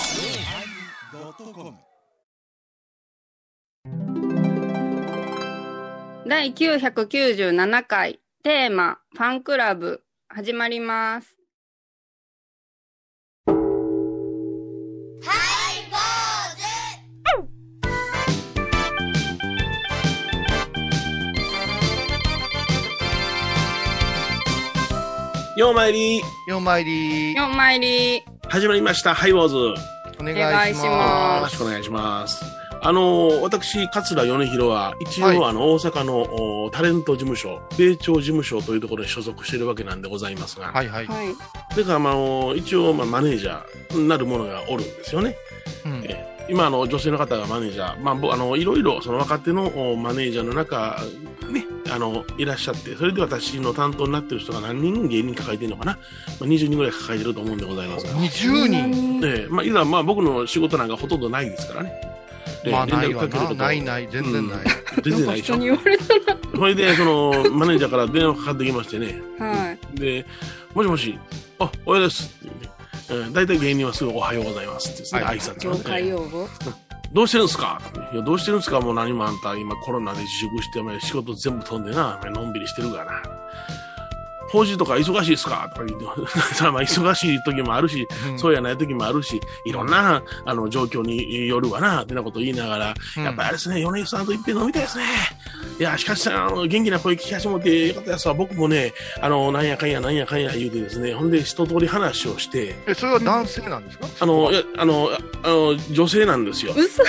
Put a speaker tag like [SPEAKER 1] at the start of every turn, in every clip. [SPEAKER 1] yosmir
[SPEAKER 2] 第997回テーマ「ファンクラブ」始まります。
[SPEAKER 3] ようまいり
[SPEAKER 4] ようまいり
[SPEAKER 2] ようまいり
[SPEAKER 3] 始まりましたハイボーズよ
[SPEAKER 4] お願いしま
[SPEAKER 3] ろ
[SPEAKER 4] す
[SPEAKER 3] しくお願いしますあのー私桂米広は一応、
[SPEAKER 4] はい
[SPEAKER 3] あの大阪のおタレント事務所米朝事務所というところに所属しているわけなんでございますが、
[SPEAKER 4] はいはい、
[SPEAKER 2] はい
[SPEAKER 3] だから、まああのー一応、まあ、マネージャーになる者がおるんですよね
[SPEAKER 4] うん
[SPEAKER 3] え今あの女性の方がマネージャー、まあ、僕あのいろいろその若手のおマネージャーの中、ね、あのいらっしゃってそれで私の担当になってる人が何人芸人抱えてるのかな、まあ、20人ぐらい抱えてると思うんでございますが、
[SPEAKER 4] 20人
[SPEAKER 2] 人
[SPEAKER 3] ええまあ、いざまあ僕の仕事なんかほとんどないですからね。で
[SPEAKER 4] まあない
[SPEAKER 3] 連絡
[SPEAKER 4] わ
[SPEAKER 3] かけるこ
[SPEAKER 4] な
[SPEAKER 3] と
[SPEAKER 4] ないない全然ない、
[SPEAKER 3] 出てないでし
[SPEAKER 2] 人
[SPEAKER 3] ょ
[SPEAKER 2] に言われた
[SPEAKER 3] それでそのマネージャーから電話かかってきましてね
[SPEAKER 2] はい
[SPEAKER 3] で「もしもしあおはようです」っていうね、えー大体芸人はすぐ「おはようございます」ってですね、
[SPEAKER 4] はい
[SPEAKER 3] 挨拶を
[SPEAKER 2] 業界用語
[SPEAKER 3] どうしてるんすか?」いやどうしてるんすかもう何もあんた今コロナで自粛してお前仕事全部飛んでなお前のんびりしてるからな法事とか忙しいですか?」とか言って まあ忙しい時もあるし
[SPEAKER 4] うん
[SPEAKER 3] そうやない時もあるしいろんなあの状況によるわなってなことを言いながら、
[SPEAKER 4] うん
[SPEAKER 3] やっぱりあれですね米井さんといっぺん飲みたいですねいやしかしあの元気な声聞き始めてよかったですわ僕もねあのなんやかんやなんやかんや言うてですねほんで一通り話をして
[SPEAKER 4] えそれは男性なんですか
[SPEAKER 3] あのいやあのあの女性なんですよ
[SPEAKER 2] 嘘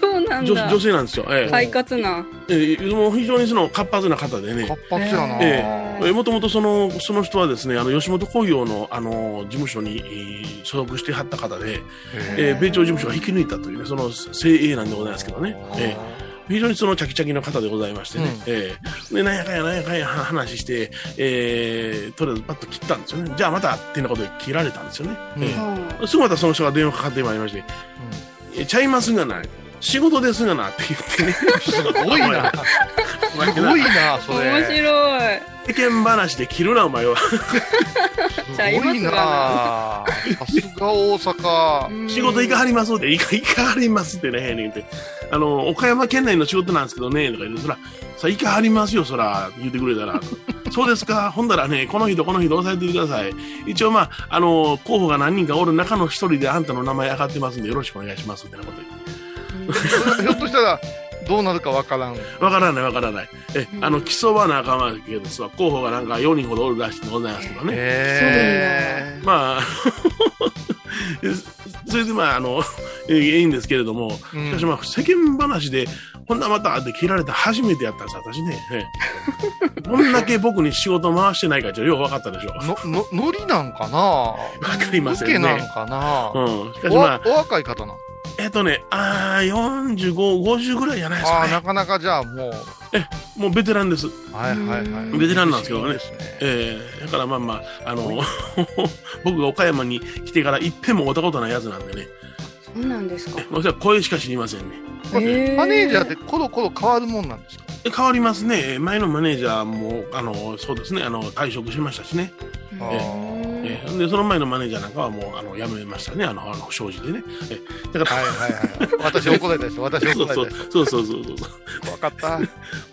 [SPEAKER 2] そうなん
[SPEAKER 3] 女
[SPEAKER 2] だ
[SPEAKER 3] 女性なんですよ、ええ
[SPEAKER 2] 快活な
[SPEAKER 3] ええもう非常にその活発な方でね
[SPEAKER 4] 活、発やな、
[SPEAKER 3] ええもともとそのその人はですねあの吉本興業のあの事務所に、えー所属してはった方で、え
[SPEAKER 4] え
[SPEAKER 3] ー米朝事務所が引き抜いたというねその精鋭なんでございますけどね、ええ非常にそのチャキチャキの方でございましてね、
[SPEAKER 4] うん
[SPEAKER 3] ええでなんやかんやなんやかんやは話して、ええとりあえずパッと切ったんですよねじゃあまたっていうようなことで切られたんですよね、
[SPEAKER 4] うん
[SPEAKER 3] え
[SPEAKER 2] は
[SPEAKER 3] えすぐまたその人が電話かかってまいりまして「えちゃいますがな仕事ですがな」って言ってね
[SPEAKER 4] すごいなすごいな
[SPEAKER 2] あ
[SPEAKER 4] それ
[SPEAKER 2] 面白い
[SPEAKER 3] 世間話で切るなお前は
[SPEAKER 2] ちゃい
[SPEAKER 4] すご
[SPEAKER 2] ます
[SPEAKER 4] いなさすが大阪
[SPEAKER 2] うん
[SPEAKER 3] 仕事行かはりますって、いかいかはりますってね、言うて、あの、岡山県内の仕事なんですけどね、とか言って、そら、さ、いかはりますよ、そら、言ってくれたら、そうですか、ほんだらね、この人、この人、押さえてください。一応、まあ、あの、候補が何人かおる中の一人で、あんたの名前上がってますんで、よろしくお願いします、みたいなこと言って
[SPEAKER 4] ひょっとしたらどうなるかわからん
[SPEAKER 3] わからない、わからない。え、あの、基礎はなあかんわけですわ、候補がなんか4人ほどおるらしいんでございますけどね。
[SPEAKER 4] え
[SPEAKER 3] まあ、 それでまあ、あの、いいんですけれども、
[SPEAKER 4] うん
[SPEAKER 3] しかしまあ、世間話で、こんなまたって切られた初めてやったんです、私ね。ええ こんだけ僕に仕事回してないか、ちょっとよう分かったでしょう。
[SPEAKER 4] のののりなんかな
[SPEAKER 3] 分かりま
[SPEAKER 4] ウ
[SPEAKER 3] せ
[SPEAKER 4] ケ
[SPEAKER 3] ん
[SPEAKER 4] なん
[SPEAKER 3] ね。
[SPEAKER 4] かな、
[SPEAKER 3] うん。しかし
[SPEAKER 4] お
[SPEAKER 3] ま
[SPEAKER 4] わ
[SPEAKER 3] あ、
[SPEAKER 4] お若い方な
[SPEAKER 3] えっとね、ああ、45、50ぐらいじゃないです
[SPEAKER 4] あ
[SPEAKER 3] か、
[SPEAKER 4] あ
[SPEAKER 3] ね。
[SPEAKER 4] なかなかじゃあもう
[SPEAKER 3] もうベテランです。
[SPEAKER 4] はいはいはい。
[SPEAKER 3] ベテランなんですけどね
[SPEAKER 4] いいですね。
[SPEAKER 3] ええだからまあまあ、あの、 僕が岡山に来てから一遍も会ったことないやつなんでね。
[SPEAKER 2] そうなんですか
[SPEAKER 3] もちろん声しか知りませんね。
[SPEAKER 4] これマネージャーっててコロコロ変わるもんなんですか
[SPEAKER 3] え変わりますね、えー前のマネージャーもあのそうですねあの退職しましたしね、
[SPEAKER 4] あー
[SPEAKER 3] えーでその前のマネージャーなんかはもうあの辞めましたね、あのあの障子でね。えーだから
[SPEAKER 4] はいはいはい。私怒られたです。私
[SPEAKER 3] そ
[SPEAKER 4] 怒
[SPEAKER 3] う
[SPEAKER 4] ら
[SPEAKER 3] そ
[SPEAKER 4] れ
[SPEAKER 3] う
[SPEAKER 4] たです。
[SPEAKER 3] そうそうそうそう、
[SPEAKER 4] 分かった。
[SPEAKER 3] ま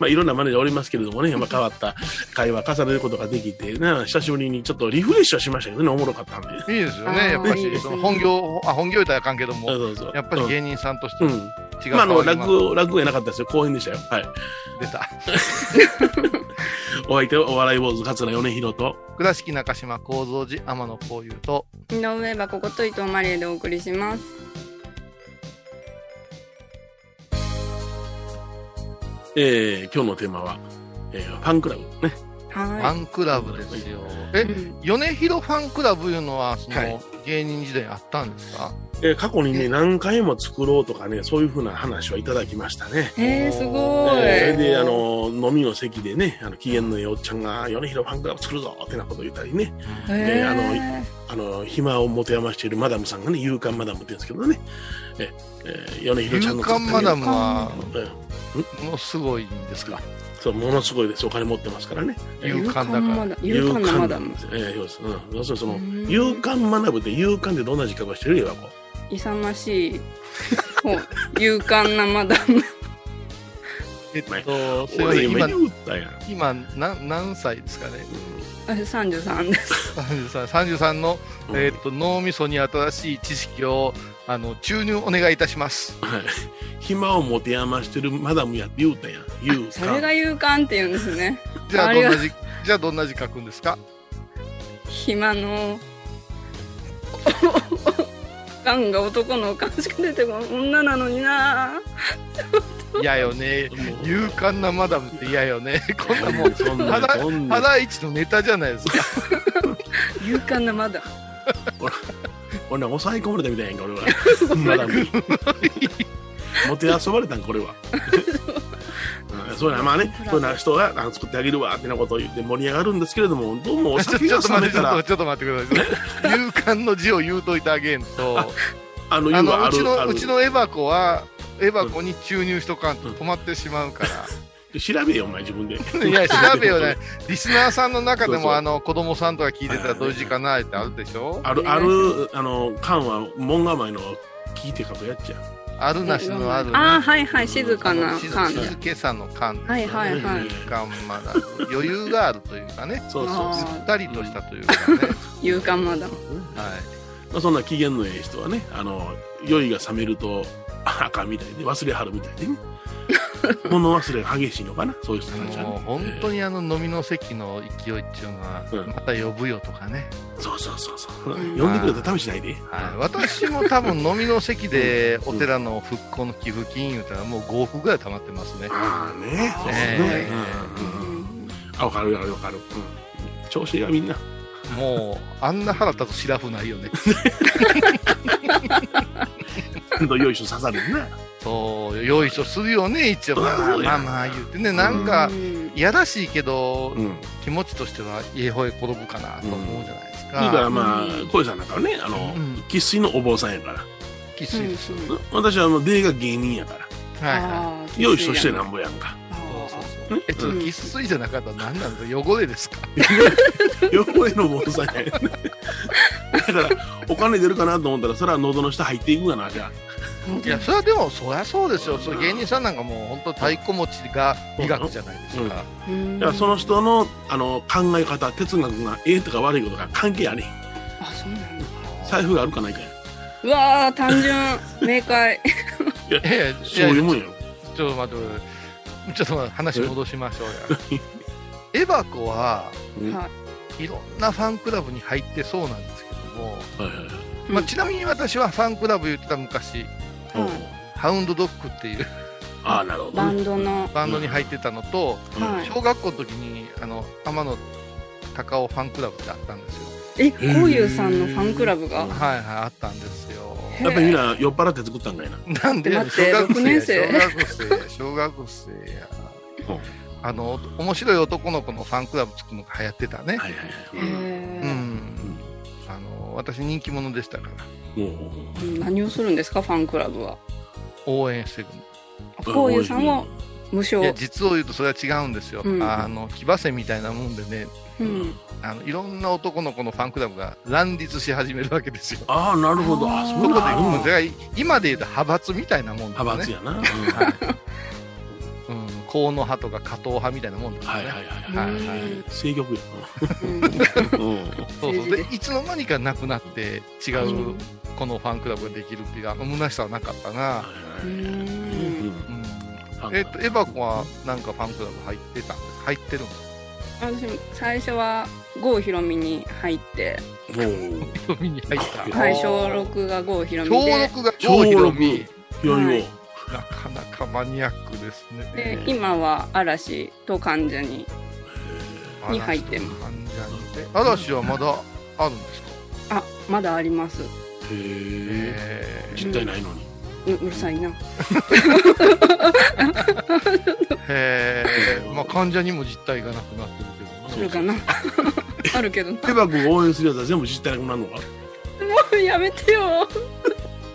[SPEAKER 3] あ、いろんなマネージャーおりますけれどもね、まあ、変わった会話重ねることができて、ね、久しぶりにちょっとリフレッシュはしましたけどね、おもろかったんで。
[SPEAKER 4] いいですよ
[SPEAKER 2] あー
[SPEAKER 4] ね。やっぱ
[SPEAKER 2] いいで
[SPEAKER 4] り、
[SPEAKER 2] す
[SPEAKER 4] その本業、あ、本業言ったらあかんけども、
[SPEAKER 3] そうそう
[SPEAKER 4] やっぱり芸人さんとして
[SPEAKER 3] うん、う
[SPEAKER 4] 違うん変
[SPEAKER 3] まあ、あの
[SPEAKER 4] わり
[SPEAKER 3] 落
[SPEAKER 4] が
[SPEAKER 3] 語、落語やなかったですよ。公演でしたよ。はい。
[SPEAKER 4] 出た。
[SPEAKER 3] お相手はお笑い坊主、桂米広と。
[SPEAKER 4] 倉敷中島幸三寺天野幸雄と、
[SPEAKER 2] 井上はここと伊藤マリエでお送りします
[SPEAKER 3] えー、今日のテーマは、えー、ファンクラブね。
[SPEAKER 4] フ
[SPEAKER 2] は
[SPEAKER 4] ァンクラブですよ。え
[SPEAKER 2] い、うん
[SPEAKER 4] 米広ファンクラブいうのは、そ
[SPEAKER 3] は
[SPEAKER 4] の
[SPEAKER 3] い、
[SPEAKER 4] 芸人時代あったんですか
[SPEAKER 3] えー過去にね、何回も作ろうとかね、そういうふうな話はいただきましたね。
[SPEAKER 2] えーすごい
[SPEAKER 3] えーそれで、あの、飲みの席でね、あの、機嫌のよおっちゃんが、米広ファンクラブ作るぞってなこと言ったりね、
[SPEAKER 2] へー
[SPEAKER 3] あのあの、暇を持て余しているマダムさんがね、勇敢マダムって言うんですけどね、えーえー、米広ちゃん
[SPEAKER 4] 勇
[SPEAKER 3] の
[SPEAKER 4] 敢マダ
[SPEAKER 3] ム。
[SPEAKER 4] ムは、
[SPEAKER 3] えー
[SPEAKER 4] ものすごいんですか
[SPEAKER 3] そう、ものすごいです。お金持ってますからね。
[SPEAKER 4] 勇敢だから。
[SPEAKER 2] ら。勇敢なまだ
[SPEAKER 3] 勇敢なん
[SPEAKER 2] も
[SPEAKER 3] で。すよええそうです。うん。要するにその
[SPEAKER 2] う、ん
[SPEAKER 3] 勇敢学ぶって勇敢ってどんな自覚をしてるよ、こう。
[SPEAKER 2] 勇ましい。こう勇敢なまだん。
[SPEAKER 4] えっと、すいませ
[SPEAKER 3] 俺
[SPEAKER 4] ん、
[SPEAKER 3] 今
[SPEAKER 4] 今、
[SPEAKER 3] 言ったやん。
[SPEAKER 4] 今何、何歳ですかね。
[SPEAKER 2] 私33です。
[SPEAKER 4] 33, 33の、
[SPEAKER 3] うん
[SPEAKER 4] えっと、脳みそに新しい知識を、あの、注入お願いいたします。
[SPEAKER 3] はい。暇を持て余してるマダムやって言うたやん。勇敢。
[SPEAKER 2] それが勇敢って言うんですね。
[SPEAKER 4] じゃあ、
[SPEAKER 2] あり
[SPEAKER 4] ど
[SPEAKER 2] が
[SPEAKER 4] ん
[SPEAKER 2] と
[SPEAKER 4] な字、じゃあ、どんな字書くんですか
[SPEAKER 2] 暇の。ガンが男のおかんしか出てこない女なのにな
[SPEAKER 4] 嫌よね。
[SPEAKER 3] もう
[SPEAKER 4] 勇敢なマダムって嫌 よね。こんなもう、
[SPEAKER 3] そん
[SPEAKER 4] た
[SPEAKER 3] な
[SPEAKER 4] だ
[SPEAKER 3] そんな
[SPEAKER 4] ハライチのネタじゃないですか。
[SPEAKER 2] 勇敢なまだ
[SPEAKER 3] 俺は抑え込まれたみたいやんか 俺はマダムにもてあそばれたんか俺 はうんそうやまあねそうな人があの作ってあげるわってなことを言って盛り上がるんですけれどもどうもお
[SPEAKER 4] ちょ
[SPEAKER 3] 酒
[SPEAKER 4] ち
[SPEAKER 3] が
[SPEAKER 4] ょっと
[SPEAKER 3] 冷
[SPEAKER 4] 待
[SPEAKER 3] めた
[SPEAKER 4] って、ちょっ
[SPEAKER 3] ら
[SPEAKER 4] とちょっと待ってくださいね。勇敢の字を言うといてあげんと。
[SPEAKER 3] あの
[SPEAKER 4] あ
[SPEAKER 3] 湯
[SPEAKER 4] の
[SPEAKER 3] はあ
[SPEAKER 4] うち
[SPEAKER 3] るあ
[SPEAKER 4] の
[SPEAKER 3] る
[SPEAKER 4] うちのエバコはエバコに注入しとかんと止まってしまうか
[SPEAKER 3] 調べよお前自分で
[SPEAKER 4] ら、いや調べよねリスナーさんの中でも
[SPEAKER 3] そうそう
[SPEAKER 4] あの子供さんとか聞いてたらどういう時間ないってあるでしょ
[SPEAKER 3] あるあるあの缶は門構えの聞いて書くやっちゃ
[SPEAKER 4] あるなしのあるね
[SPEAKER 2] あーはいはい静かな
[SPEAKER 4] 静
[SPEAKER 2] 感じ
[SPEAKER 4] 静けさの感ですね
[SPEAKER 2] はいはいはい
[SPEAKER 4] 勇敢まだ余裕があるというかね
[SPEAKER 3] そうそう
[SPEAKER 2] あ
[SPEAKER 3] そ
[SPEAKER 4] す
[SPEAKER 2] ー
[SPEAKER 4] っかりとしたというかね、
[SPEAKER 2] 勇敢まだ
[SPEAKER 4] はい、
[SPEAKER 3] うそんな機嫌のええ人はねあの酔いが冷めるとあかんみたいで忘れはるみたいで ね物忘れが激しいのかなそういう人たちは
[SPEAKER 4] もう
[SPEAKER 3] ね
[SPEAKER 4] 本当にあの飲みの席の勢いっていうのは
[SPEAKER 3] うん
[SPEAKER 4] また呼ぶよとかね、
[SPEAKER 3] そうそうそうそう。
[SPEAKER 2] うん
[SPEAKER 3] 呼んでくれたら試しないで。
[SPEAKER 4] はい、私も多分飲みの席 でお寺の復興の寄付金いうたらもう5億ぐらい溜まってますね
[SPEAKER 3] ああね。そう
[SPEAKER 4] え
[SPEAKER 3] ね
[SPEAKER 4] え。
[SPEAKER 3] うんうんうんあ、わかるわかるわかる。うん調子がみんな。
[SPEAKER 4] もうあんな腹立つシラフないよね
[SPEAKER 3] ほんとよいしょ刺さるよな。
[SPEAKER 4] そうよいしょするよね一応
[SPEAKER 3] そりゃ
[SPEAKER 4] まあ
[SPEAKER 3] そう
[SPEAKER 4] ま
[SPEAKER 3] や
[SPEAKER 4] あまあ言ってねなんか
[SPEAKER 2] うん
[SPEAKER 4] いやらしいけど、
[SPEAKER 3] うん。いい
[SPEAKER 4] 気持ちとしては家方へ転ぶかなと思うじゃないです
[SPEAKER 3] か
[SPEAKER 4] か、
[SPEAKER 3] らまあ
[SPEAKER 2] うん、
[SPEAKER 3] 小さんなんかはね、あの
[SPEAKER 4] う、ん、
[SPEAKER 3] 生粋のお坊さんやから。
[SPEAKER 4] きついですよ、
[SPEAKER 3] うん私はあの、出が芸人やから。
[SPEAKER 4] はいは
[SPEAKER 2] あー
[SPEAKER 3] よいしょしてなんぼやんか。
[SPEAKER 2] あー
[SPEAKER 4] いそうそう
[SPEAKER 3] うん
[SPEAKER 4] えっと、
[SPEAKER 2] うん
[SPEAKER 4] きついじゃなかったら何なんですか汚れですか
[SPEAKER 3] 汚れの坊さんやね。だから、お金出るかなと思ったら、それは喉の下入っていくがな、じゃ
[SPEAKER 4] いやそれはでもそりゃそうですよそれ芸人さんなんかもう本当太鼓持ちが美学じゃないですか、
[SPEAKER 2] うん
[SPEAKER 3] あ。だからその人の、あの、考え方、哲学がええとか悪いことが関係あれへん。
[SPEAKER 2] あそうなんだ
[SPEAKER 3] 財布があるかないかや。
[SPEAKER 2] うわー単純明快
[SPEAKER 4] いやいやいや
[SPEAKER 3] そういうもんやろ。
[SPEAKER 4] ちょっと待ってくださいちょっと待って話戻しましょうやエバコは
[SPEAKER 3] うん
[SPEAKER 2] はい
[SPEAKER 4] ろんなファンクラブに入ってそうなんですけども、
[SPEAKER 3] はいはいはい
[SPEAKER 4] まあ、
[SPEAKER 2] うん
[SPEAKER 4] ちなみに私はファンクラブ言ってた昔
[SPEAKER 2] はい
[SPEAKER 3] おう
[SPEAKER 4] ハウンドドッグっ ていう
[SPEAKER 3] ああ、なるほどね。
[SPEAKER 2] バンドの
[SPEAKER 4] バンドに入ってたのと、
[SPEAKER 3] うん
[SPEAKER 2] はい
[SPEAKER 4] 小学校の時にあの天野高尾ファンクラブってあったんですよ
[SPEAKER 2] えこういうさんのファンクラブが
[SPEAKER 4] はいはいあったんですよ
[SPEAKER 3] やっぱりみんな酔っ払って作ったんかいな。
[SPEAKER 4] なんで
[SPEAKER 2] 待って
[SPEAKER 4] 小学
[SPEAKER 2] 六年
[SPEAKER 4] 生
[SPEAKER 2] 生
[SPEAKER 4] や小学生や小学生や
[SPEAKER 3] うん
[SPEAKER 4] あの面白い男の子のファンクラブ作るのが流行ってたね
[SPEAKER 3] はいはい
[SPEAKER 2] へ
[SPEAKER 3] は
[SPEAKER 4] う
[SPEAKER 2] え
[SPEAKER 4] ん、あの私人気者でしたから
[SPEAKER 3] い。もう
[SPEAKER 2] 何をするんですかファンクラブは
[SPEAKER 4] 応援してる
[SPEAKER 2] こういうさんを無
[SPEAKER 4] いや
[SPEAKER 2] 償
[SPEAKER 4] 実を言うとそれは違うんですよ、
[SPEAKER 2] うん
[SPEAKER 4] あの騎馬戦みたいなもんでね
[SPEAKER 2] うん
[SPEAKER 4] あのいろんな男の子のファンクラブが乱立し始めるわけですよ
[SPEAKER 3] ああ、なるほど。あ
[SPEAKER 2] あー
[SPEAKER 3] そ
[SPEAKER 4] そこ
[SPEAKER 3] う
[SPEAKER 4] で
[SPEAKER 3] だ。うん
[SPEAKER 4] うんで今で言うと派閥みたいなもんですね
[SPEAKER 3] 派閥やな。うん
[SPEAKER 4] はいうん、河野派とか加藤派みたいなもんですよ
[SPEAKER 3] は
[SPEAKER 4] ね、
[SPEAKER 3] いはいはい。
[SPEAKER 4] はい
[SPEAKER 2] うん
[SPEAKER 4] はい
[SPEAKER 3] 正局や
[SPEAKER 2] うん
[SPEAKER 3] な。うん
[SPEAKER 4] そうそう
[SPEAKER 2] 政治
[SPEAKER 4] でいつの間にかなくなって違
[SPEAKER 2] う
[SPEAKER 4] うんこのファンクラブができるっていうあの虚しさはなかったな、
[SPEAKER 2] う
[SPEAKER 3] は
[SPEAKER 2] ん
[SPEAKER 4] う
[SPEAKER 3] い
[SPEAKER 4] ん
[SPEAKER 3] はい。
[SPEAKER 4] えっとエバコはなんかファンクラブ入ってた入ってるんです
[SPEAKER 2] 私最初は郷ひろみに入って
[SPEAKER 3] と、もう、
[SPEAKER 4] か見に入った
[SPEAKER 2] はい小
[SPEAKER 4] 小
[SPEAKER 2] 6が郷ひろみで
[SPEAKER 4] 6が
[SPEAKER 3] 小
[SPEAKER 4] 郷ひろみ
[SPEAKER 3] 六よいよ。
[SPEAKER 4] なかなかマニアックです
[SPEAKER 2] で
[SPEAKER 4] ね
[SPEAKER 2] 今は嵐と関ジャニに入ってます
[SPEAKER 4] す嵐はまだあるんですか
[SPEAKER 2] あまだあります
[SPEAKER 3] へえ。
[SPEAKER 4] へ
[SPEAKER 3] 実体ないのに。
[SPEAKER 2] ううるさいな
[SPEAKER 4] えまあ患者にも実態がなくなってるけど
[SPEAKER 2] あるかな あるけどな
[SPEAKER 3] エバ君を応援するやつは全部実体なくなるのか
[SPEAKER 2] もうやめてよ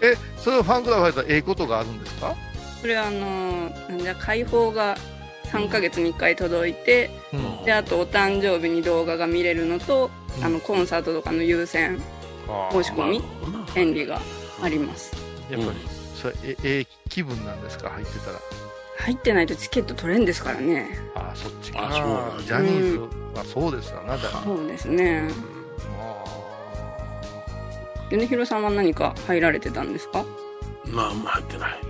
[SPEAKER 4] えそれをファンクラブ入ったらええことがあるんですか
[SPEAKER 2] それあのーなんじゃ解放が3ヶ月に1回届いて
[SPEAKER 4] うん
[SPEAKER 2] であとお誕生日に動画が見れるのとあのコンサートとかの優先申し込み権利があります
[SPEAKER 4] やっぱり、それえええ気分なんですか入ってたら
[SPEAKER 2] 入ってないとチケット取れんですからね
[SPEAKER 4] ああそっちか
[SPEAKER 3] あそうなんだ
[SPEAKER 4] ジャニーズ、まあそうですよなだからま
[SPEAKER 2] そうですね
[SPEAKER 4] あ
[SPEAKER 2] 米広さんは何か入られてたんですか
[SPEAKER 3] まあ、あんま入ってない。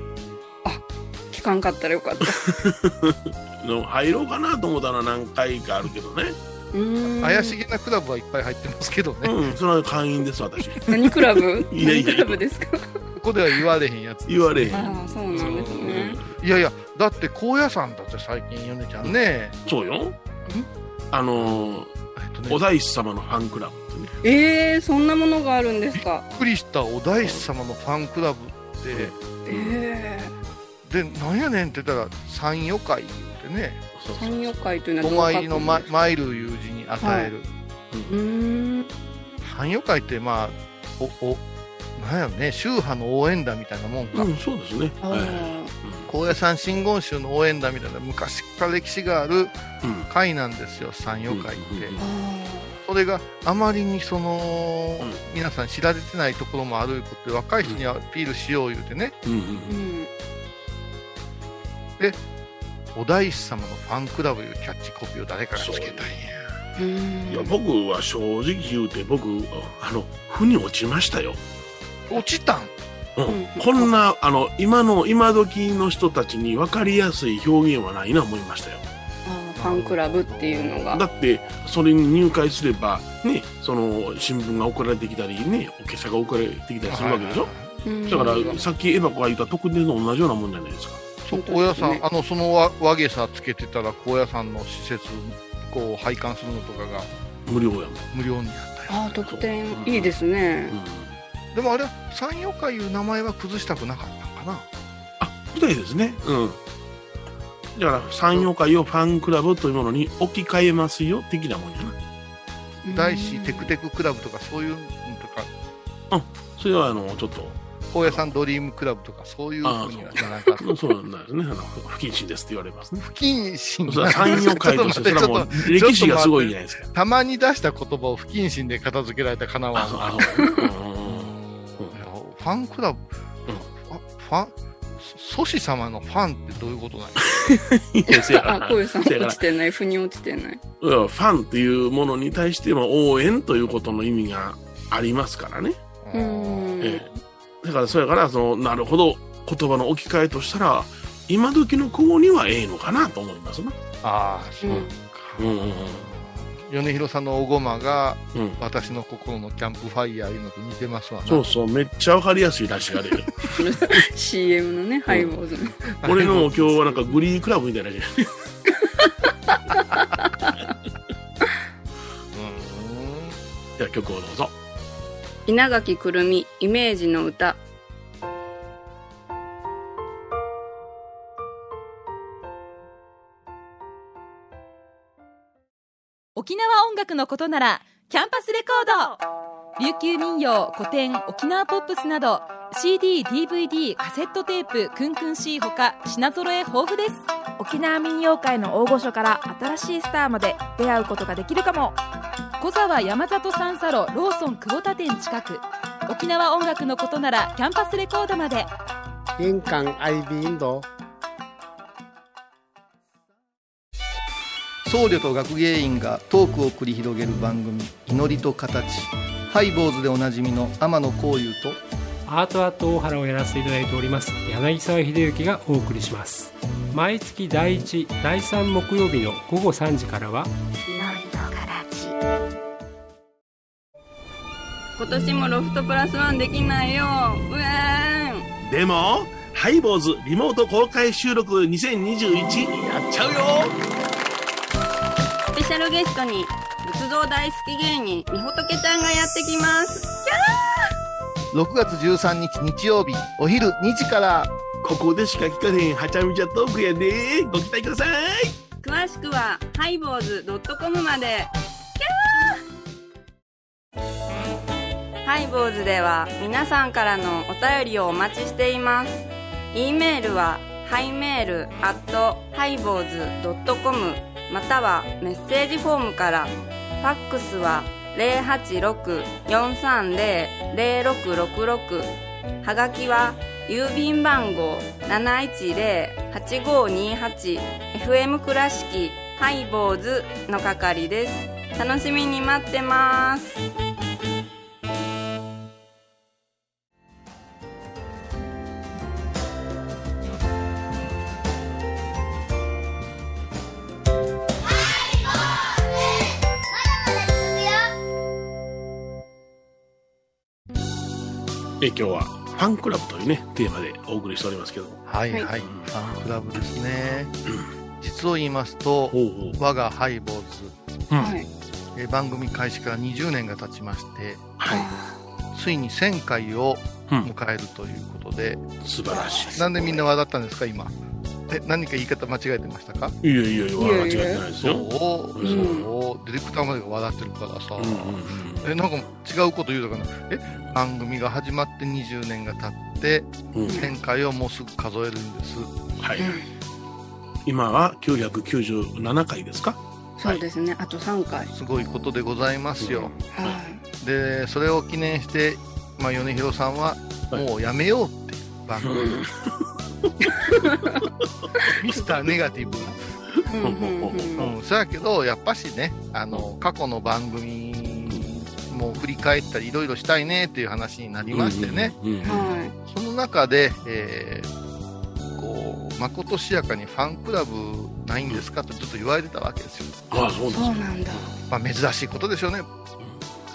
[SPEAKER 2] 聞かんかったらよかった
[SPEAKER 3] の入ろうかなと思ったら何回かあるけどね。
[SPEAKER 2] うーん
[SPEAKER 4] 怪しげなクラブはいっぱい入ってますけどね、
[SPEAKER 3] うん、それは会員です、私。
[SPEAKER 2] 何クラブ
[SPEAKER 3] いやいやい
[SPEAKER 2] 何
[SPEAKER 3] や
[SPEAKER 2] クラブですか
[SPEAKER 4] ここでは言われへんやつ
[SPEAKER 3] 言われへん。
[SPEAKER 2] ああそうなんですね
[SPEAKER 4] いやいやだって高野山だって最近ヨネちゃんね
[SPEAKER 3] そうよ。あのー、
[SPEAKER 4] えっとね
[SPEAKER 3] お大師様のファンクラブってね。
[SPEAKER 2] えー、そんなものがあるんですか
[SPEAKER 4] びっくりしたお大師様のファンクラブで、
[SPEAKER 2] え
[SPEAKER 4] でなんやねんって言ったら山与会言うてね
[SPEAKER 3] そう
[SPEAKER 2] ー、
[SPEAKER 3] そう
[SPEAKER 2] 参与会というの
[SPEAKER 4] お
[SPEAKER 2] はどう書くん
[SPEAKER 4] 参りのママイル友人に与える、
[SPEAKER 2] うーん
[SPEAKER 4] 山与会ってまあおおなんやろね宗派の応援団みたいなもんか、
[SPEAKER 3] うん、そうですね。
[SPEAKER 2] あ
[SPEAKER 3] はい
[SPEAKER 2] ー
[SPEAKER 4] 高野山真言宗の応援団みたいな昔から歴史がある
[SPEAKER 3] うん
[SPEAKER 4] 会なんですよ山与会っ
[SPEAKER 3] う
[SPEAKER 4] て、
[SPEAKER 3] んうんうん
[SPEAKER 2] あ
[SPEAKER 4] それがあまりにその、
[SPEAKER 3] うん
[SPEAKER 4] 皆さん知られてないところもあることで若い人にアピールしよう言うてね、
[SPEAKER 3] うん
[SPEAKER 2] ーうん
[SPEAKER 4] お大師様のファンクラブいうキャッチコピーを誰かがつけたんや
[SPEAKER 2] う
[SPEAKER 3] うん
[SPEAKER 2] ん
[SPEAKER 3] いや僕は正直言うて僕あの腑に落ちましたよ、
[SPEAKER 4] 落ちたん
[SPEAKER 3] うん
[SPEAKER 2] うん
[SPEAKER 3] こんなあの今の今時の人たちに分かりやすい表現はないな思いましたよ
[SPEAKER 2] あーファンクラブっていうの
[SPEAKER 3] だ
[SPEAKER 2] が
[SPEAKER 3] ってそれに入会すればねその新聞が送られてきたりねお客さんが送られてきたりするわけでしょ、
[SPEAKER 2] だ
[SPEAKER 3] だからさっきエバコが言った特典と同じようなもんじゃないですか
[SPEAKER 4] そう高野山、あのその和和芸さつけてたら高野山の施設こう拝観するのとかが
[SPEAKER 3] 無料やもん、
[SPEAKER 4] 無料になったよ
[SPEAKER 2] ああ特典いいですね
[SPEAKER 3] うん、
[SPEAKER 4] でもあれは山陽会いう名前は崩したくなかったんかな
[SPEAKER 3] あみたいですねうんだから山陽会をファンクラブというものに置き換えますよ的なもんやな
[SPEAKER 4] 大師テク
[SPEAKER 2] ク
[SPEAKER 4] テククラブとかそういうのとか
[SPEAKER 3] それはあのちょ っと
[SPEAKER 4] 高野山ドリームクラブとかそういうふうにはなら なかった
[SPEAKER 3] うんそうなんですね。あの不謹慎ですって言われますね。
[SPEAKER 4] 不謹慎
[SPEAKER 3] それは山陽会として、それ
[SPEAKER 4] ちょ
[SPEAKER 3] は
[SPEAKER 4] っと
[SPEAKER 3] も
[SPEAKER 4] 待っ
[SPEAKER 3] う
[SPEAKER 4] て
[SPEAKER 3] 歴史がすごいじゃないですか。
[SPEAKER 4] たまに出した言葉を不謹慎で片付けられたかなわ
[SPEAKER 3] あ、
[SPEAKER 4] ん
[SPEAKER 3] そう、
[SPEAKER 4] わ
[SPEAKER 3] あ、そう。
[SPEAKER 4] う
[SPEAKER 3] うん
[SPEAKER 4] ん
[SPEAKER 3] うん
[SPEAKER 4] いやファンクラブ、
[SPEAKER 3] うん
[SPEAKER 4] ファファン祖師様のファンってどういうことなんや
[SPEAKER 3] いやせやから
[SPEAKER 2] あこういうさん
[SPEAKER 3] せ
[SPEAKER 2] 落
[SPEAKER 3] やから
[SPEAKER 2] ちてない腑に落ちてない
[SPEAKER 3] うんファンっていうものに対しても応援ということの意味がありますからね。
[SPEAKER 2] うーん
[SPEAKER 3] ええだから、それから、その、なるほど、言葉の置き換えとしたら、今時の子にはええのかなと思いますな。
[SPEAKER 4] ああ、そうか。
[SPEAKER 3] うんうんうん
[SPEAKER 4] 米広さんのおごまが、
[SPEAKER 3] うん
[SPEAKER 4] 私の心のキャンプファイヤーいうのと似てますわな。
[SPEAKER 3] そうそう、めっちゃわかりやすいらしいあれ。
[SPEAKER 2] CM のねハイボーズの
[SPEAKER 3] 俺の今日はなんかグリークラブみたいな感じ
[SPEAKER 4] う
[SPEAKER 3] じゃあ曲をどうぞ。
[SPEAKER 2] 稲垣くるみイメージの歌
[SPEAKER 1] 沖縄音楽のことならキャンパスレコード琉球民謡古典沖縄ポップスなど CDDVD カセットテープクンクン C ほか品揃え豊富です
[SPEAKER 5] 沖縄民謡界の大御所から新しいスターまで出会うことができるかも
[SPEAKER 1] 小沢山里三佐路ローソン久保田店近く沖縄音楽のことならキャンパスレコードまで
[SPEAKER 6] 玄関アイビーインド
[SPEAKER 7] 僧侶と学芸員がトークを繰り広げる番組「祈りと形」ハイ坊主でおなじみの天野幸雄と
[SPEAKER 8] アートアート大原をやらせていただいております柳沢秀幸がお送りします毎月第1第3木曜日の午後3時からは
[SPEAKER 2] 今年もロフトプラスワンできないようえーん
[SPEAKER 3] でも、ハイボーズリモート公開収録2021やっちゃうよ
[SPEAKER 2] スペシャルゲストに仏像大好き芸人みほとけちゃんがやってきます
[SPEAKER 7] 6月13日日曜日お昼2時から
[SPEAKER 3] ここでしか聞かへんはちゃみちゃトークやでご期待ください
[SPEAKER 2] 詳しくはハイボーズドットコムまでキャーハイボーズでは皆さんからのお便りをお待ちしています e メールはハイメールアットハイボーズドットコムまたはメッセージフォームからファックスは086-430-0666はがきは郵便番号 710-8528FM 倉敷ハイボーズの係です楽しみに待ってます
[SPEAKER 3] え今日はファンクラブというねテーマでお送りしておりますけども
[SPEAKER 4] はいはい、
[SPEAKER 2] はい
[SPEAKER 4] ファンクラブですね。実を言いますと、
[SPEAKER 3] ほうほう
[SPEAKER 4] 我がハイボーズ、
[SPEAKER 3] うん
[SPEAKER 2] はい
[SPEAKER 4] えー番組開始から20年が経ちまして、
[SPEAKER 3] は
[SPEAKER 4] ついに1000回を
[SPEAKER 3] うん
[SPEAKER 4] 迎えるということで、
[SPEAKER 3] い素晴らしい
[SPEAKER 4] なんでみんな笑ったんですか、今。え、何か言い方間違えてましたか
[SPEAKER 3] いやいやいや間違っ
[SPEAKER 2] い
[SPEAKER 3] て
[SPEAKER 2] やいや
[SPEAKER 3] ないです
[SPEAKER 4] そう
[SPEAKER 3] よ、
[SPEAKER 4] そう、
[SPEAKER 3] うん
[SPEAKER 4] ディレクターまでが笑ってるからさ、
[SPEAKER 3] うんうんうん
[SPEAKER 4] え、なんか違うこと言うとかな、え、番組が始まって20年が経って、
[SPEAKER 3] うん
[SPEAKER 4] 1000回をもうすぐ数えるんです。
[SPEAKER 3] はい、今は997回ですか
[SPEAKER 2] そうですねあと3回
[SPEAKER 4] すごいことでございますよ。
[SPEAKER 2] は
[SPEAKER 4] でそれを記念して、まあ、米広さんは
[SPEAKER 3] はい
[SPEAKER 4] もうやめようっていう番組、
[SPEAKER 3] うん
[SPEAKER 4] ミスターネガティブ、
[SPEAKER 2] いうんうんうん
[SPEAKER 4] うん、そやけどやっぱしねあの過去の番組も振り返ったりいろいろしたいねっていう話になりましてね、
[SPEAKER 3] うんうんうん
[SPEAKER 2] はい
[SPEAKER 4] その中で、えーこうまことしやかにファンクラブないんですかってずっと言われてたわけですよ、
[SPEAKER 3] ああそうです
[SPEAKER 2] そう
[SPEAKER 3] ね
[SPEAKER 2] なんだ
[SPEAKER 4] まあ、珍しいことでしょうね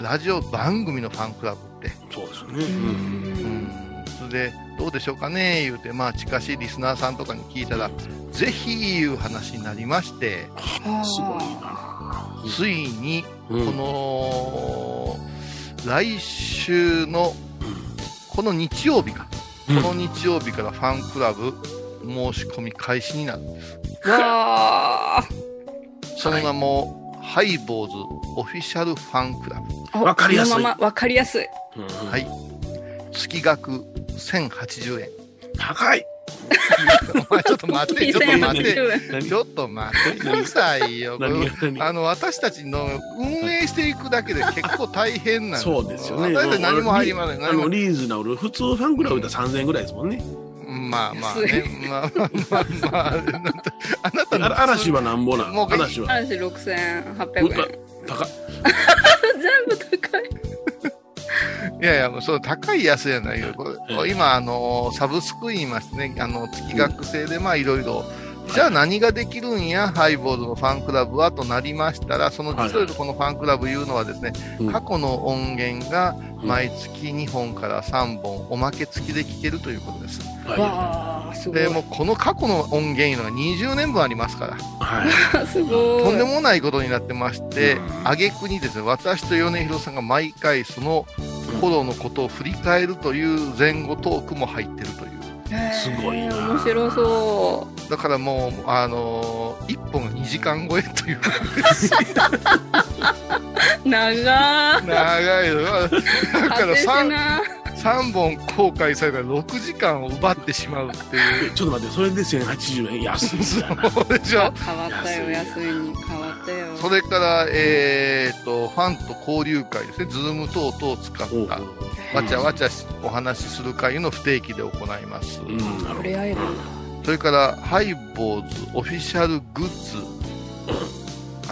[SPEAKER 4] ラジオ番組のファンクラブって
[SPEAKER 3] そうですね、
[SPEAKER 2] う
[SPEAKER 3] うん
[SPEAKER 2] ん
[SPEAKER 4] それでどうでしょうかね言うて、まあ、近しいリスナーさんとかに聞いたらぜひいう話になりまして
[SPEAKER 2] あー
[SPEAKER 3] すごいな、
[SPEAKER 4] ついに
[SPEAKER 3] う
[SPEAKER 4] こ
[SPEAKER 3] ん
[SPEAKER 4] の、来週のこの日曜日か、
[SPEAKER 3] うん
[SPEAKER 4] この日曜日からファンクラブ申し込み開始になる
[SPEAKER 2] わあ
[SPEAKER 4] その名も、ハイボーズオフィシャルファンクラブ
[SPEAKER 3] わかりやすい
[SPEAKER 2] このままわかりやすい
[SPEAKER 3] うん
[SPEAKER 4] はい月額1080円
[SPEAKER 3] 高い
[SPEAKER 4] お前ちょっと待ってちょっと待って
[SPEAKER 2] 2080円
[SPEAKER 3] 何
[SPEAKER 4] ちょっと待ってくださいよ
[SPEAKER 3] 何が何が
[SPEAKER 4] あの私たちの運営していくだけで結構大変なん
[SPEAKER 3] そうですよね
[SPEAKER 4] 私たち何も入りません
[SPEAKER 3] あ
[SPEAKER 4] 何も
[SPEAKER 3] のリーズナブル普通ファンクラブだったら3000円ぐらいですもんね
[SPEAKER 4] まあまあねまあまあまあまああなた
[SPEAKER 3] あ
[SPEAKER 4] の
[SPEAKER 3] ら嵐はなんぼな
[SPEAKER 4] も
[SPEAKER 3] の
[SPEAKER 4] う
[SPEAKER 3] 嵐は
[SPEAKER 2] 嵐6800
[SPEAKER 3] う
[SPEAKER 2] 円
[SPEAKER 3] ん高い
[SPEAKER 2] 全部高い
[SPEAKER 4] いやいやもうそう高い安いやないよこれこれ今あのサブスク言いましてねあの月額制でまあいろいろじゃあ何ができるんや、ハイボールのファンクラブはとなりましたら、その実を言うとこのファンクラブいうのはですね、
[SPEAKER 3] うん
[SPEAKER 4] 過去の音源が
[SPEAKER 3] うん
[SPEAKER 4] 毎月2本から3本、おまけ付きで聴けるということです。
[SPEAKER 3] は
[SPEAKER 2] わあすごい
[SPEAKER 4] でもうこの過去の音源いうのは20年分ありますから、
[SPEAKER 3] いはい
[SPEAKER 2] すごい
[SPEAKER 4] とんでもないことになってまして
[SPEAKER 3] う、ん
[SPEAKER 4] 挙句にですね、私と米広さんが毎回その頃のことを振り返るという前後トークも入ってるという。
[SPEAKER 3] すごいな
[SPEAKER 2] へー面白そ
[SPEAKER 4] だからもう、あのー、1本2時間超えという、
[SPEAKER 2] う長い
[SPEAKER 4] 長いの
[SPEAKER 2] 果
[SPEAKER 4] が、だから
[SPEAKER 2] てし
[SPEAKER 4] 3,
[SPEAKER 2] な
[SPEAKER 4] 3本公開されたら6時間を奪ってしまうっ ていう。
[SPEAKER 3] ちょっと待ってそれで1080円安いじゃない
[SPEAKER 4] そうでしょ
[SPEAKER 2] 変わったよ安いに変わったよ
[SPEAKER 4] それから、えー、と、ファンと交流会ですね、ズーム等々を使った。わちゃわちゃしお話しする会の不定期で行います、
[SPEAKER 3] うんなるほ
[SPEAKER 2] 触
[SPEAKER 3] ど
[SPEAKER 2] れ合える
[SPEAKER 4] それからハイボーズオフィシャルグッズ、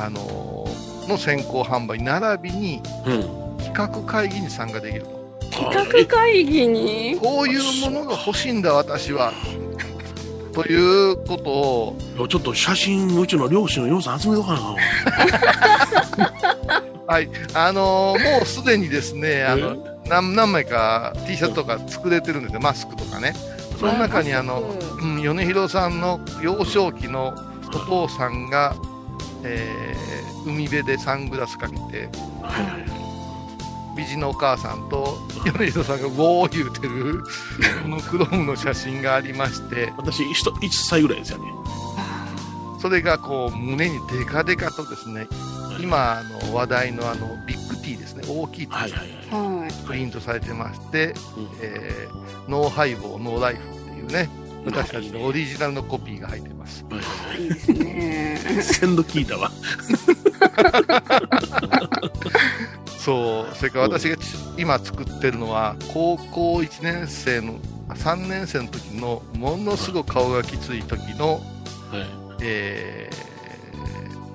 [SPEAKER 4] あのーの先行販売並びに
[SPEAKER 3] うん
[SPEAKER 4] 企画会議に参加できる
[SPEAKER 2] 企画会議に
[SPEAKER 4] こういうものが欲しいんだ私はということを
[SPEAKER 3] あちょっと写真うちの両親の要素集めようかな
[SPEAKER 4] あのーもうすでにですねあの何何枚か T シャツとか作れてるんですよマスクとかねその中にあのうん、米広さんの幼少期のお父さんが、えー海辺でサングラスかけて
[SPEAKER 3] はいはい
[SPEAKER 4] 美人のお母さんと米広さんがウォー言うてるこのクロームの写真がありまして
[SPEAKER 3] 私一1歳ぐらいですよね
[SPEAKER 4] それがこう胸にデカデカとですね今あの話題のあのビッグ T ですね大きい T
[SPEAKER 3] はいはいは
[SPEAKER 2] は
[SPEAKER 4] プリントされてまして、
[SPEAKER 3] いうん
[SPEAKER 4] えーノーハイボーノーライフっていうね
[SPEAKER 3] う
[SPEAKER 4] 私たちのオリジナルのコピーが入ってます。
[SPEAKER 2] いいですね。
[SPEAKER 3] 先度聞いたわ。
[SPEAKER 4] そう、それから私がち今作ってるのは、高校1年生の、3年生の時の、ものすごく顔がきつい時の、
[SPEAKER 3] は
[SPEAKER 4] えー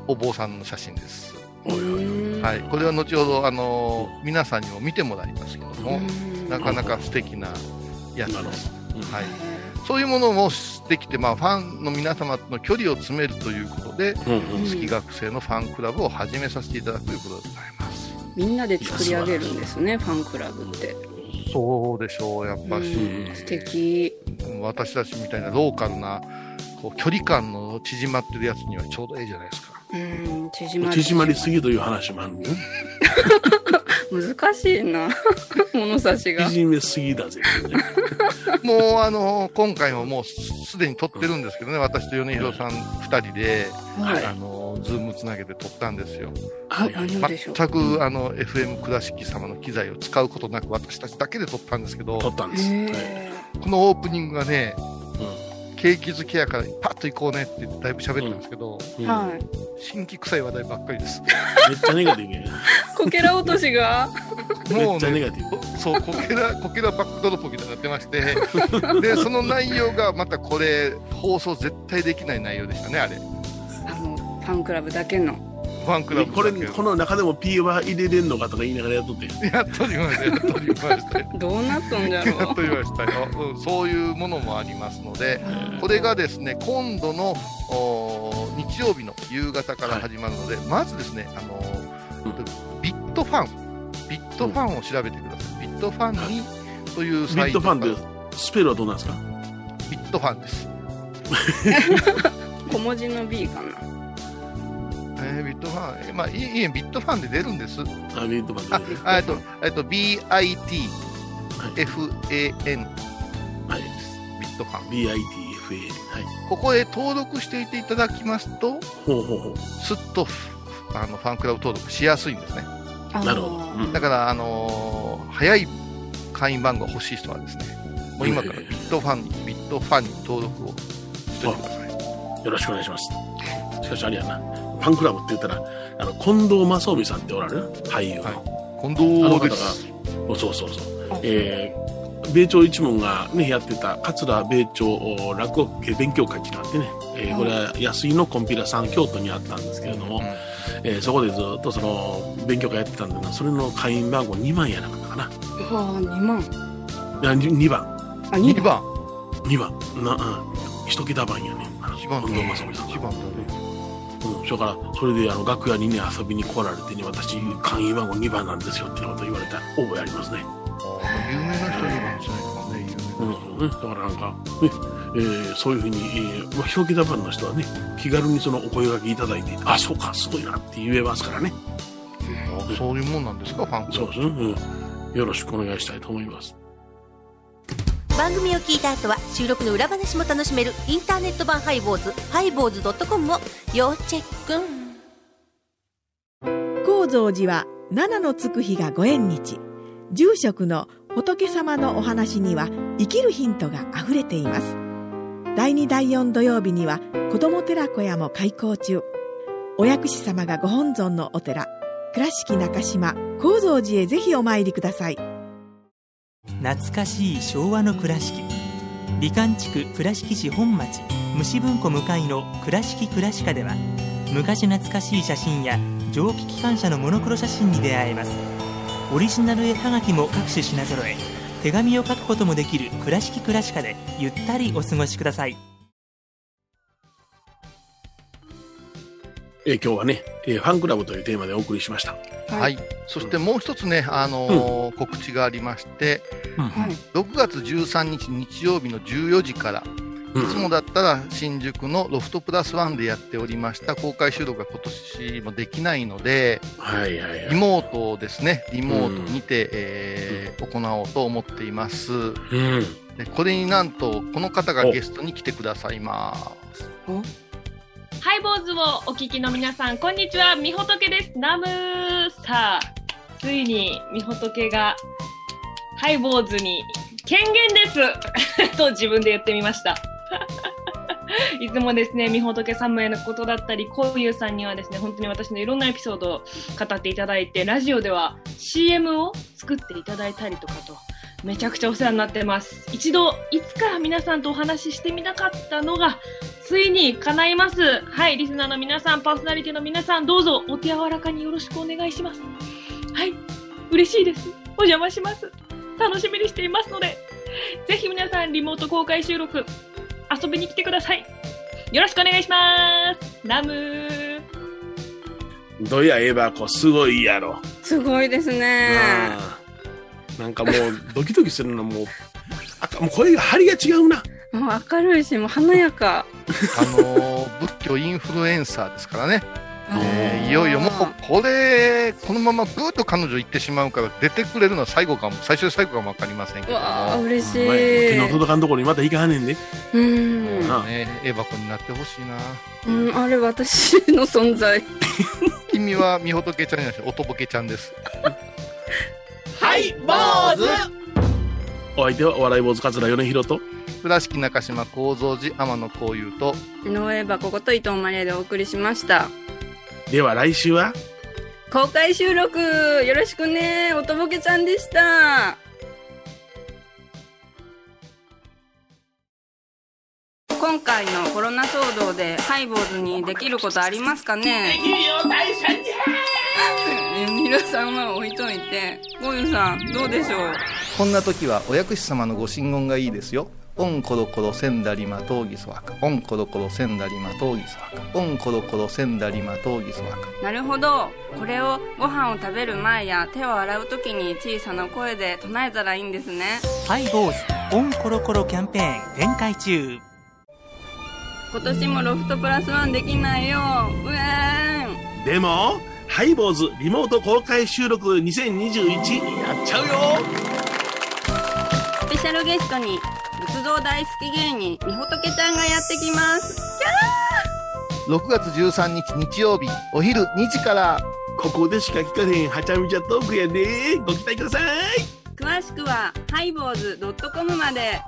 [SPEAKER 4] お坊さんの写真です。
[SPEAKER 3] い。おいおいおい。
[SPEAKER 4] はい、これは後ほど、あのー皆さんにも見てもらいますけども、
[SPEAKER 2] うん
[SPEAKER 4] なかなか素敵なやつ
[SPEAKER 3] なる
[SPEAKER 4] で
[SPEAKER 3] ほ
[SPEAKER 4] す。
[SPEAKER 3] どうん
[SPEAKER 4] はい、そういうものもできて、まあ、ファンの皆様との距離を詰めるということで、
[SPEAKER 3] うんうん。
[SPEAKER 4] 好き学生のファンクラブを始めさせていただくということでございます。
[SPEAKER 2] みんなで作り上げるんですね、ファンクラブって。
[SPEAKER 4] そうでしょう、やっぱし。
[SPEAKER 2] うん素敵。
[SPEAKER 4] 私たちみたいなローカルな、こう、距離感の縮まってるやつにはちょうどええじゃないで すか。
[SPEAKER 2] うん、縮まり。
[SPEAKER 3] 縮まりすぎという話もあるね。
[SPEAKER 2] 難しいな。 物差しが。
[SPEAKER 3] 縮めすぎだぜ。
[SPEAKER 4] もう、あの、今回ももうすでに撮ってるんですけどね、私と米広さん二人で、
[SPEAKER 2] はい
[SPEAKER 4] あの、ズームつなげて撮ったんですよ。
[SPEAKER 3] はいはい。
[SPEAKER 2] 何でしょう。
[SPEAKER 4] 全く、あの、FM 倉敷様の機材を使うことなく私たちだけで撮ったんですけど、
[SPEAKER 3] 撮
[SPEAKER 4] こ
[SPEAKER 3] ったんです。はい
[SPEAKER 2] へ
[SPEAKER 4] のオープニングがね、
[SPEAKER 3] う
[SPEAKER 4] ケーキ好きやからパッと行こうねってだいぶ喋ったんですけど、
[SPEAKER 3] ん
[SPEAKER 2] ー
[SPEAKER 3] うん
[SPEAKER 2] はい。
[SPEAKER 4] 新規臭い話題ばっかりです。
[SPEAKER 3] めっちゃネガティブや。
[SPEAKER 2] こけら落としが。
[SPEAKER 4] も
[SPEAKER 3] め
[SPEAKER 4] う
[SPEAKER 3] っちゃネ
[SPEAKER 4] ね、
[SPEAKER 3] ガティブ。
[SPEAKER 4] そう、こけら、こけらバックドロップみたいになってまして、で、その内容がまたこれ、放送絶対できない内容でしたね、あれ。フ
[SPEAKER 2] あの、ファンクラブだけの。
[SPEAKER 4] ァンクラブ
[SPEAKER 3] これ
[SPEAKER 4] だけど
[SPEAKER 3] この中でも P は入れれんのかとか言いながらやっとって
[SPEAKER 4] やっとりました、やっとりましたよ。
[SPEAKER 2] どうなったんだ
[SPEAKER 4] や
[SPEAKER 2] ろ
[SPEAKER 4] っとりましたよ、うん。そういうものもありますので、これがですね、今度のおー日曜日の夕方から始まるので、まずですね、あのービットファン、ビットファンを調べてください。ビットファンにという
[SPEAKER 3] ビ
[SPEAKER 4] サ
[SPEAKER 3] ッ
[SPEAKER 4] イ
[SPEAKER 3] ト
[SPEAKER 4] ト
[SPEAKER 3] ファ
[SPEAKER 4] から
[SPEAKER 3] ンでスペルはどうなんですか
[SPEAKER 4] ビットファンです。
[SPEAKER 2] う。小文字の B かな。
[SPEAKER 4] えービットファン、えーまあ、いいいいえビットファンで出るんです。
[SPEAKER 3] あビットファ
[SPEAKER 4] あ
[SPEAKER 3] ンで、
[SPEAKER 4] あえっと、えっと、B. I. T. F. A. N.
[SPEAKER 3] はい
[SPEAKER 4] ビットファン。
[SPEAKER 3] BITFA はい
[SPEAKER 4] ここへ登録していていただきますと、
[SPEAKER 3] ほうほうほ
[SPEAKER 4] すっとフ。あのファンクラブ登録しやすいんですね。
[SPEAKER 2] あー
[SPEAKER 3] うなるほど、うん
[SPEAKER 4] だから、あのー早い会員番号欲しい人はですね、もう今からビットファンに、ビットファンに登録をしておいてください。
[SPEAKER 3] よろしくお願いしますしかしあれやなファンクラブって言ったらあの近藤正臣さんっておられるな俳優の、
[SPEAKER 4] はい近
[SPEAKER 3] あの方
[SPEAKER 4] 藤
[SPEAKER 3] が
[SPEAKER 4] です。
[SPEAKER 3] おそうそうそうえー米朝一門が、ね、やってた桂米朝お落語勉強会ってなってね、えーこれは安井のコンピラさん京都にあったんですけれども、えーそこでずっとその勉強会やってたんだけどそれの会員番号2万やなかったかな
[SPEAKER 2] ああ、2万。
[SPEAKER 3] いやに2番
[SPEAKER 2] あ、
[SPEAKER 4] 二
[SPEAKER 2] 2番。
[SPEAKER 4] 番、
[SPEAKER 3] 2番な、うん、一桁番やねんな
[SPEAKER 4] 一番だ
[SPEAKER 3] 近藤
[SPEAKER 4] ね
[SPEAKER 3] 正美さん、
[SPEAKER 4] 一番だね。
[SPEAKER 3] うん、それからそれであの楽屋にね遊びに来られてね私会員番号2番なんですよってなこと言われた覚えありますね、
[SPEAKER 4] 有名な人にはじゃないかね、有
[SPEAKER 3] う
[SPEAKER 4] 名なん
[SPEAKER 3] だからなんか、ねえーそういうふうに、えーまあ、表記ダ番の人はね気軽にそのお声掛けいただいてあそうかすごいなって言えますからね
[SPEAKER 4] 人、あそういうもんなんですか、ファンク
[SPEAKER 3] そ
[SPEAKER 4] ラ
[SPEAKER 3] うですね、うん、よろしくお願いしたいと思います
[SPEAKER 9] 番組を聞いた後は収録の裏話も楽しめるインターネット版ハイボーズハイボーズドットコムを要チェック
[SPEAKER 10] 高蔵寺は七のつく日がご縁日住職の仏様のお話には生きるヒントがあふれています第2第4土曜日には子ども寺小屋も開校中お薬師様がご本尊のお寺倉敷中島・高蔵寺へぜひお参りください
[SPEAKER 11] 懐かしい昭和の倉敷美観地区倉敷市本町虫文庫向かいの「倉敷倉敷科」では昔懐かしい写真や蒸気機関車のモノクロ写真に出会えますオリジナル絵はがきも各種品揃え手紙を書くこともできる「倉敷倉敷科」でゆったりお過ごしください
[SPEAKER 3] えー今日はね、えーファンクラブというテーマでお送りしました
[SPEAKER 4] ブ。はい。そしてもう一つね、あのー告知がありまして、
[SPEAKER 2] はい。
[SPEAKER 4] 6月13日日曜日の14時から、
[SPEAKER 3] うん
[SPEAKER 4] いつもだったら新宿のロフトプラスワンでやっておりました公開収録が今年もできないので、
[SPEAKER 3] はいはいは
[SPEAKER 4] リ
[SPEAKER 3] い
[SPEAKER 4] モートをですね、リモートにて、えー行おうと思っています。
[SPEAKER 3] うん
[SPEAKER 4] でこれになんと、この方がゲストに来てくださいます。
[SPEAKER 12] ハイボーズをお聞きの皆さん、こんにちは、みほとけです。ナムさあ、ついにみほとけが、ハイボーズに権限ですと自分で言ってみました。いつもですね、みほとけさむへのことだったり、こうゆうさんにはですね、本当に私のいろんなエピソードを語っていただいて、ラジオでは CM を作っていただいたりとかと、めちゃくちゃお世話になってます。一度、いつか皆さんとお話ししてみたかったのが、ついに叶います。はい、リスナーの皆さん、パーソナリティの皆さん、どうぞお手柔らかによろしくお願いします。はい、嬉しいです。お邪魔します。楽しみにしていますので、ぜひ皆さんリモート公開収録遊びに来てください。よろしくお願いします。ナムー。
[SPEAKER 3] どやエバコすごいやろ。
[SPEAKER 2] すごいですね。
[SPEAKER 3] あーなんかもうドキドキするのもう、あかもう声が張りが違うな。
[SPEAKER 2] もう明るいし、もう華やか。
[SPEAKER 4] あの ー仏教インフルエンサーですからね。えーいよいよもうこれこのままぐーっと彼女行ってしまうから出てくれるのは最後かも最初で最後かもわかりませんけども
[SPEAKER 2] わあ、嬉し
[SPEAKER 3] 手
[SPEAKER 2] い
[SPEAKER 3] の。届かんところにまた行かはんねんで。
[SPEAKER 2] うん。
[SPEAKER 4] ねエバコになってほしいな
[SPEAKER 2] うん、あれ私の存在。
[SPEAKER 4] 君はみほとけちゃんじゃなくておとぼけちゃんです
[SPEAKER 3] はい、坊主お相手はお笑い坊主桂米広と。
[SPEAKER 4] 倉敷中島幸三寺天野幸雄と
[SPEAKER 2] ノーエバここと伊藤マリアでお送りしました。
[SPEAKER 3] では来週は
[SPEAKER 2] 公開収録、よろしくね。おとぼけちゃんでした。今回のコロナ騒動でハイボーズにできることありますかね
[SPEAKER 13] できるよ大社じ
[SPEAKER 2] ゃミラさんは置いといて、ゴユさん、どうでしょう
[SPEAKER 7] こんな時はお薬師様のご神言がいいですよ。オンコロコロセンダリマトウギソワカ。オンコロコロセンダリマトウギソワカ。オンコロコロセンダリマトウギソワカ。
[SPEAKER 2] なるほどこれをご飯を食べる前や手を洗う時に小さな声で唱えたらいいんですね
[SPEAKER 11] ハイボーズオンコロコロキャンペーン展開中
[SPEAKER 2] 今年もロフトプラスワンできないようえーん
[SPEAKER 3] でも、ハイボーズリモート公開収録2021やっちゃうよ
[SPEAKER 2] スペシャルゲストに仏像大好き芸人みほとけちゃんがやってきますキャ
[SPEAKER 4] 6月13日日曜日お昼2時から
[SPEAKER 3] ここでしか聞かへんはちゃみちゃトークやでご期待ください
[SPEAKER 2] ー詳しくはハイボーズドットコムまで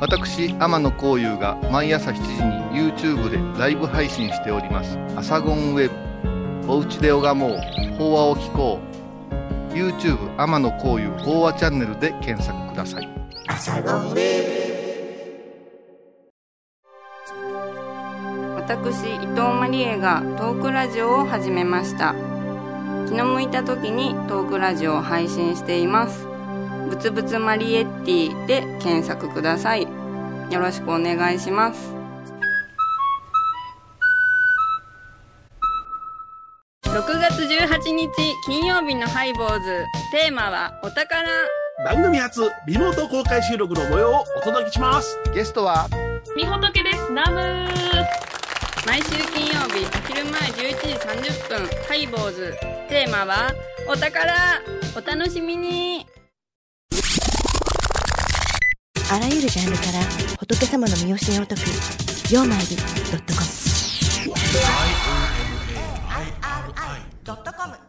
[SPEAKER 7] 私天野幸雄が毎朝7時に YouTube でライブ配信しております「アサゴンウェブ」「おうちで拝もう法話を聞こう」YouTube 天野幸雄法話チャンネルで検索ください
[SPEAKER 2] 私伊藤マリエがトークラジオを始めました気の向いた時にトークラジオを配信していますぶつぶつマリエッティで検索くださいよろしくお願いします6月18日金曜日のハイボーズテーマはお宝
[SPEAKER 3] 番組初リモート公開収録の模様をお届けします
[SPEAKER 7] ゲストは
[SPEAKER 12] みほとけです。ナムー。
[SPEAKER 2] 毎週金曜日お昼前11時30分ハイボーズテーマはお宝お楽しみに
[SPEAKER 14] あらゆるジャンルから仏様の身教えを解く「曜マイルドットコム」
[SPEAKER 13] ドットコム